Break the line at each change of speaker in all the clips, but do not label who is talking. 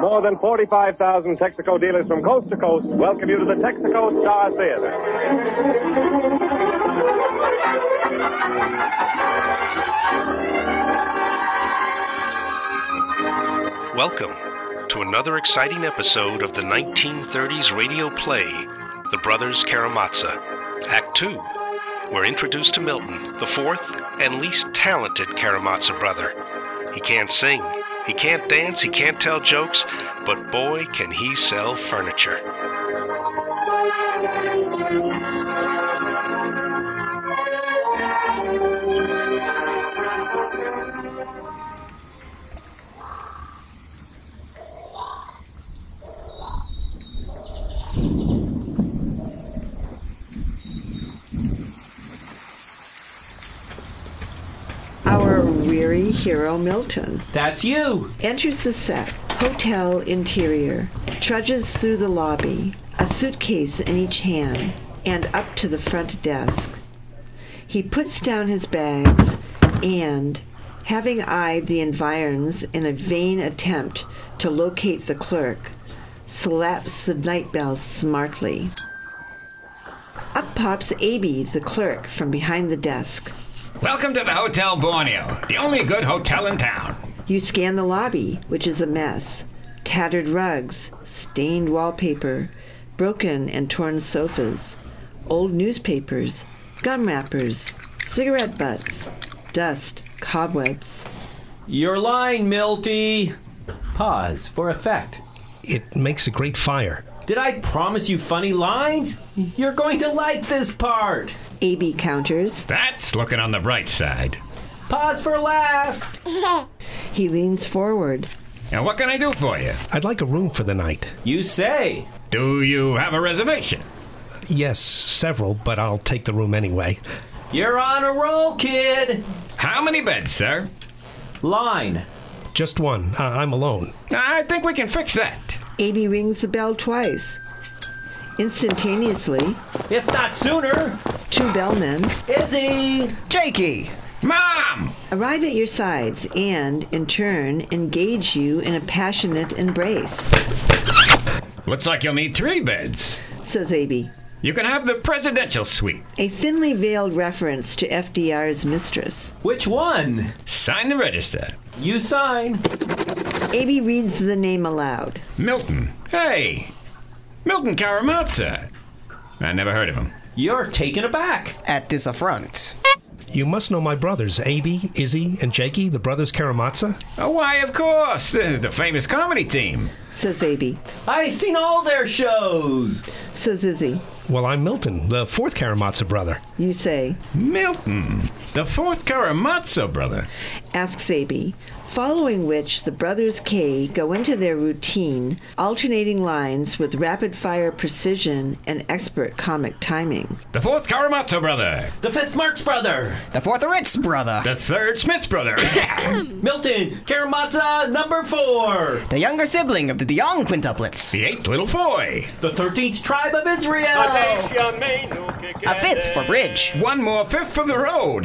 more than 45,000 Texaco dealers from coast to coast welcome you to the Texaco Star Theater.
Welcome to another exciting episode of the 1930s radio play, The Brothers Karamazza, Act Two. We're introduced to Milton, the fourth and least talented Karamazza brother. He can't sing, he can't dance, he can't tell jokes, but boy, can he sell furniture.
Our weary hero Milton
That's you.
enters the set, hotel interior, trudges through the lobby, a suitcase in each hand, and up to the front desk. He puts down his bags and, having eyed the environs in a vain attempt to locate the clerk, slaps the night bell smartly. Up pops Aby, the clerk, from behind the desk.
Welcome to the Hotel Borneo, the only good hotel in town.
You scan the lobby, which is a mess. Tattered rugs, stained wallpaper, broken and torn sofas, old newspapers, gum wrappers, cigarette butts, dust, cobwebs.
You're lying, Milty. Pause for effect.
It makes a great fire.
Did I promise you funny lines? You're going to like this part.
AB counters.
That's looking on the bright side.
Pause for laughs.
He leans forward.
Now, what can I do for you?
I'd like a room for the night.
You say.
Do you have a reservation?
Yes, several, but I'll take the room anyway.
You're on a roll, kid.
How many beds, sir?
Line.
Just one. I- I'm alone.
I think we can fix that.
AB rings the bell twice. Instantaneously,
If not sooner,
two bellmen
Izzy.
Jakey!
Mom!
arrive at your sides and, in turn, engage you in a passionate embrace,
Looks like you'll need three beds.
says AB.
You can have the presidential suite.
A thinly veiled reference to FDR's mistress.
Which one?
Sign the register.
You sign.
AB reads the name aloud.
Milton. Hey! Milton Karamazza. I never heard of him.
You're taken aback.
At this affront.
You must know my brothers, A.B., Izzy, and Jakey, the brothers Karamazza.
Oh, why, of course. The, the famous comedy team.
Says AB.
I've seen all their shows.
Says Izzy.
Well, I'm Milton, the fourth Karamazza brother.
You say.
Milton. The fourth Karamazza brother.
Asks AB. Following which, the brothers K go into their routine, alternating lines with rapid fire precision and expert comic timing.
The fourth Karamazza brother.
The fifth Marx brother.
The fourth Ritz brother.
The third Smith brother.
Milton Karamazza number four.
The younger sibling of the DeYoung quintuplets.
the eighth Little Foy.
The 13th tribe of Israel.
A fifth for Bridge.
One more fifth for the road.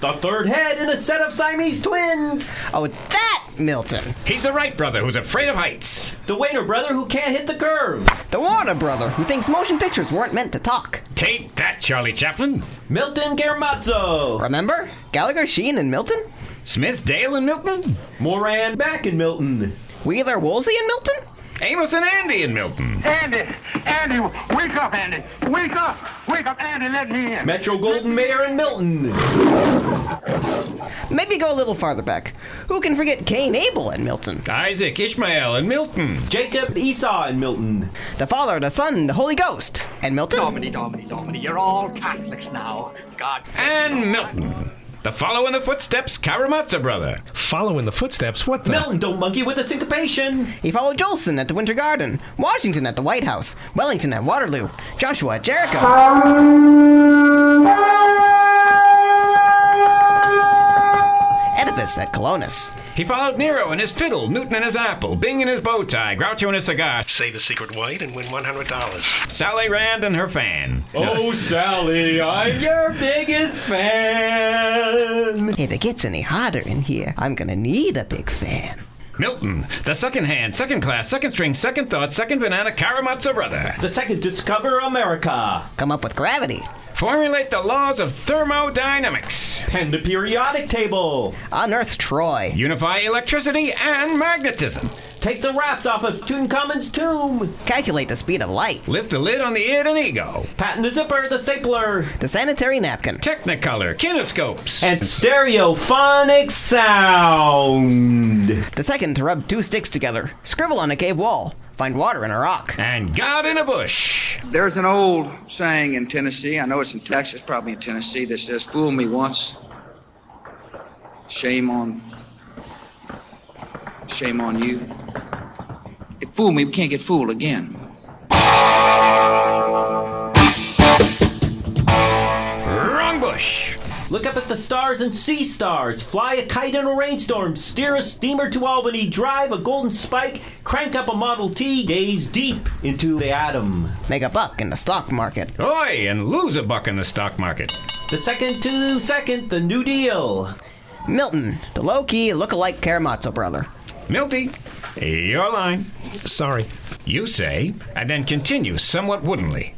The third head in a set of Siamese twins.
Oh, that Milton.
He's the Wright brother who's afraid of heights.
The waiter brother who can't hit the curve.
The Warner brother who thinks motion pictures weren't meant to talk.
Take that, Charlie Chaplin.
Milton Garamazzo.
Remember? Gallagher, Sheen, and Milton?
Smith, Dale, and Milton.
Moran Back in Milton.
Wheeler, Woolsey, and Milton?
Amos and Andy and Milton.
Andy, Andy, wake up, Andy. Wake up. Wake up, Andy, let me in.
Metro Golden Mayer and Milton.
Maybe go a little farther back. Who can forget Cain, Abel, and Milton?
Isaac, Ishmael, and Milton.
Jacob Esau and Milton.
The Father, the Son, the Holy Ghost, and Milton?
Domini, Domini, Domini, you're all Catholics now. God.
And Milton. The follow in the footsteps Karamazza brother.
Follow in the footsteps, what the?
Milton, don't monkey with a syncopation.
He followed Jolson at the Winter Garden, Washington at the White House, Wellington at Waterloo, Joshua at Jericho. Oedipus at Colonus.
He followed Nero and his fiddle, Newton and his apple, Bing and his bow tie, Groucho and his cigar,
Say the secret white and win $100.
Sally Rand and her fan.
Sally, I'm your biggest fan.
If it gets any hotter in here, I'm gonna need a big fan.
Milton, the second hand, second class, second string, second thought, second banana, Karamazza brother.
The second Discover America.
Come up with gravity.
Formulate the laws of thermodynamics.
Pen the periodic table.
Unearth Troy.
Unify electricity and magnetism.
Take the raft off of Tutankhamun's tomb.
Calculate the speed of light.
Lift the lid on the id and ego.
Patent the zipper, the stapler,
The sanitary napkin.
Technicolor, kinescopes.
and stereophonic sound.
The second to rub two sticks together. Scribble on a cave wall. Find water in a rock.
and God in a bush.
There's an old saying in Tennessee, I know it's in Texas, probably in Tennessee, that says, Fool me once. Shame on shame on you. If fool me, we can't get fooled again.
Wrong bush.
Look up at the stars and see stars. Fly a kite in a rainstorm. Steer a steamer to Albany. Drive a golden spike. Crank up a Model T. Gaze deep into the atom.
Make a buck in the stock market.
Oi, and lose a buck in the stock market.
The second to second, the New Deal.
Milton, the low key look-alike Karamazzo brother.
Milty, your line.
Sorry.
You say, and then continue somewhat woodenly.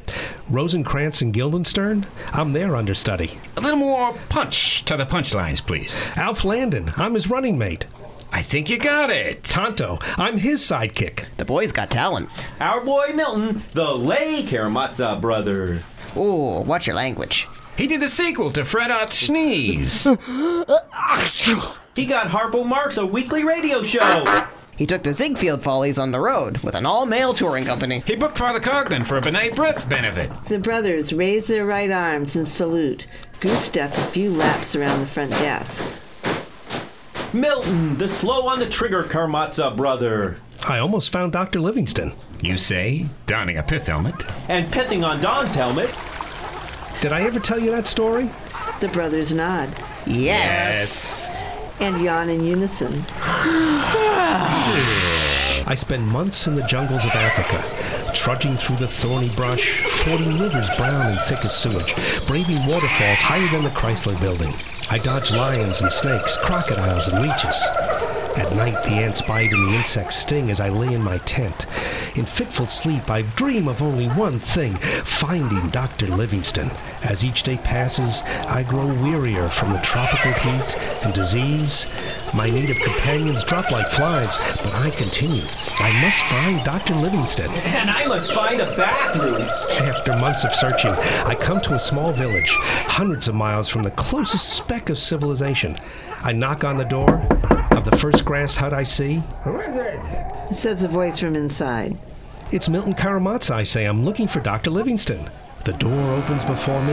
Rosencrantz and Guildenstern? I'm their understudy.
A little more punch to the punchlines, please.
Alf Landon, I'm his running mate.
I think you got it.
Tonto, I'm his sidekick.
The boy's got talent.
Our boy Milton, the lay Karamazov brother.
Ooh, watch your language.
He did the sequel to Fred Ott's Sneeze.
He got Harpo Marx a weekly radio show.
He took the Ziegfeld Follies on the road with an all-male touring company.
he booked Father Coglan for a B'nai B'rith benefit.
The brothers raise their right arms and salute, goose step a few laps around the front desk.
Milton, the slow on the trigger Karamazov brother.
I almost found Dr. Livingston.
You say, donning a pith helmet.
And pithing on Don's helmet.
Did I ever tell you that story?
The brothers nod
Yes.
and yawn in unison.
I spend months in the jungles of Africa, trudging through the thorny brush, fording rivers brown and thick as sewage, braving waterfalls higher than the Chrysler building. I dodge lions and snakes, crocodiles and leeches. At night, the ants bite and the insects sting as I lay in my tent. In fitful sleep, I dream of only one thing finding Dr. Livingston. As each day passes, I grow wearier from the tropical heat and disease. My native companions drop like flies, but I continue. I must find Dr. Livingston.
And I must find a bathroom.
After months of searching, I come to a small village, hundreds of miles from the closest speck of civilization. I knock on the door of the first grass hut I see.
Says a voice from inside.
It's Milton Karamazza, I say. I'm looking for Dr. Livingston. The door opens before me.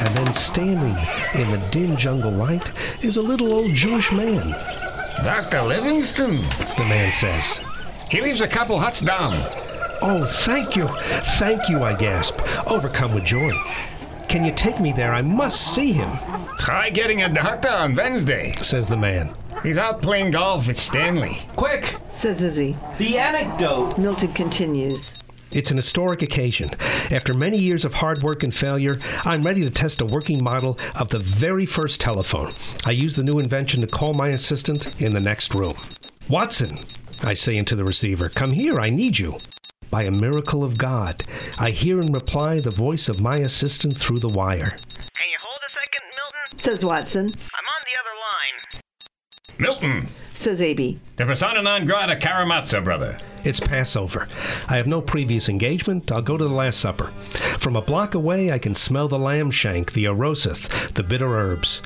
And then standing in the dim jungle light is a little old Jewish man,
Dr. Livingston.
the man says.
He leaves a couple huts down.
Oh, thank you. Thank you, I gasp, overcome with joy. Can you take me there? I must see him,
Try getting a doctor on Wednesday.
says the man.
He's out playing golf with Stanley.
Quick,
Says Izzy.
the anecdote.
Milton continues.
It's an historic occasion. After many years of hard work and failure, I'm ready to test a working model of the very first telephone. I use the new invention to call my assistant in the next room. Watson, I say into the receiver, come here, I need you. By a miracle of God, I hear in reply the voice of my assistant through the wire.
Hey, hold a second, Milton.
Says Watson.
I'm on the other line.
Milton,
Says AB.
the persona non grata Karamazza brother.
It's Passover. I have no previous engagement. I'll go to the Last Supper. From a block away, I can smell the lamb shank, the eroseth, the bitter herbs.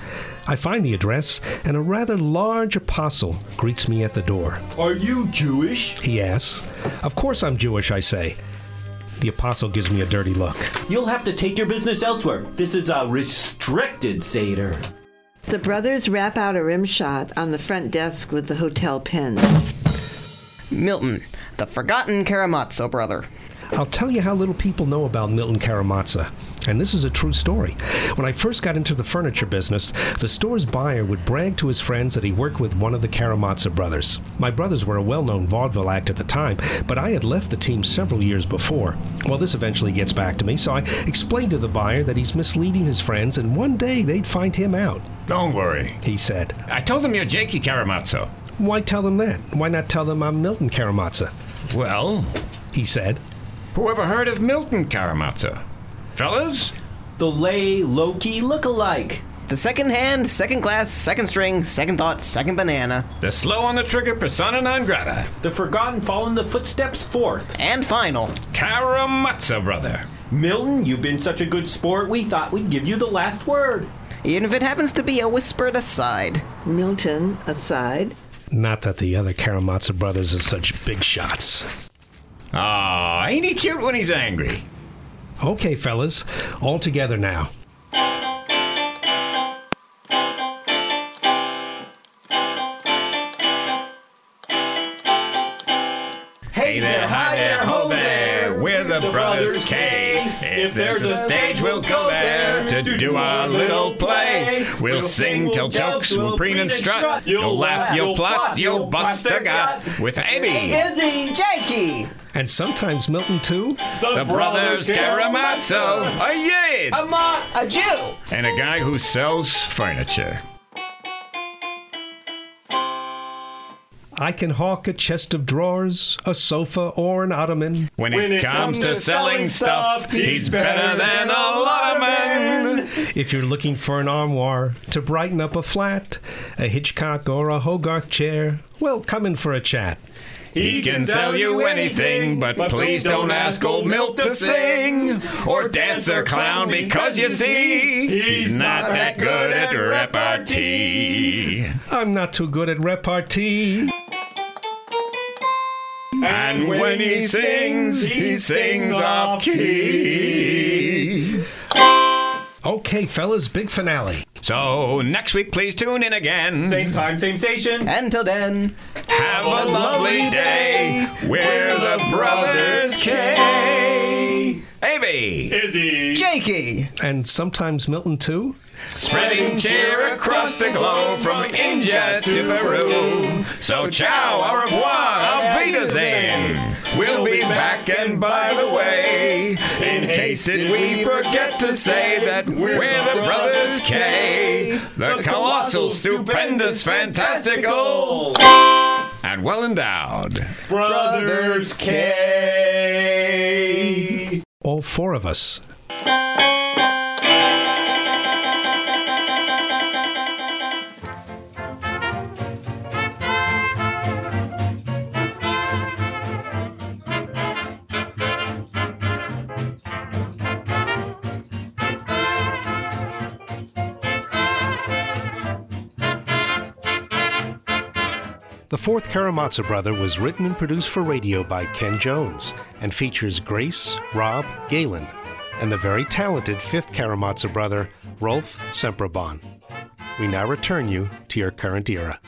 I find the address, and a rather large apostle greets me at the door.
Are you Jewish?
He asks, Of course I'm Jewish, I say. The apostle gives me a dirty look.
You'll have to take your business elsewhere. This is a restricted Seder.
The brothers wrap out a rim shot on the front desk with the hotel pins.
Milton, the forgotten Karamazzo brother.
I'll tell you how little people know about Milton Karamazza. And this is a true story. When I first got into the furniture business, the store's buyer would brag to his friends that he worked with one of the Karamazza brothers. My brothers were a well known vaudeville act at the time, but I had left the team several years before. Well, this eventually gets back to me, so I explained to the buyer that he's misleading his friends and one day they'd find him out,
Don't worry.
he said.
I told him you're Jakey Karamazzo.
Why tell them that? Why not tell them I'm Milton Karamatsa?
Well,
He said.
whoever heard of Milton Karamazov? Fellas?
The lay Loki look-alike.
The second hand, second class, second string, second thought, second banana.
The slow on the trigger persona non grata.
The forgotten following the footsteps forth.
And final.
Karamazov, brother.
Milton, you've been such a good sport, we thought we'd give you the last word.
Even if it happens to be a whispered aside.
Milton aside.
Not that the other Karamatsa brothers are such big shots.
Aw, Ah, ain't he cute when he's angry?
Okay, fellas, all together now.
Hey there, hi there, ho there. We're the Brothers K. If there's a stage, we'll go there to do our little play. We'll sing, tell jokes, we'll preen and strut. You'll laugh, you'll plot, you'll bust a gut with Abby,
Izzy,
Jakey!
And sometimes Milton, too?
the Brothers Um, Karamazov, a yid,
Amok,
A Jew!
and a guy who sells furniture.
I can hawk a chest of drawers, a sofa, or an ottoman.
When it, comes, to selling stuff, he's better than a lot of men.
If you're looking for an armoire to brighten up a flat, a Hitchcock or a Hogarth chair, well, come in for a chat.
He can sell you anything, but please don't ask old Milt to sing or dance or clown because you see he's not that good at repartee.
I'm not too good at repartee.
And when he sings, he sings off key.
Okay, fellas, big finale.
So next week, please tune in again.
same time, same station.
Until then,
Have a lovely day. We're the Brothers K. Amy,
Jakey!
And sometimes Milton, too?
spreading cheer across the globe from India to Peru. So ciao, au revoir, auf Wiedersehen. We'll be back, and by the way, in case did we forget to say that we're the Brothers K, the colossal, stupendous, fantastical, and well endowed.
Brothers K.
All four of us. The fourth Karamazov Brother was written and produced for radio by Ken Jones and features Grace, Rob, Galen, and the very talented fifth Karamazov Brother, Rolf Semprabon. We now return you to your current era.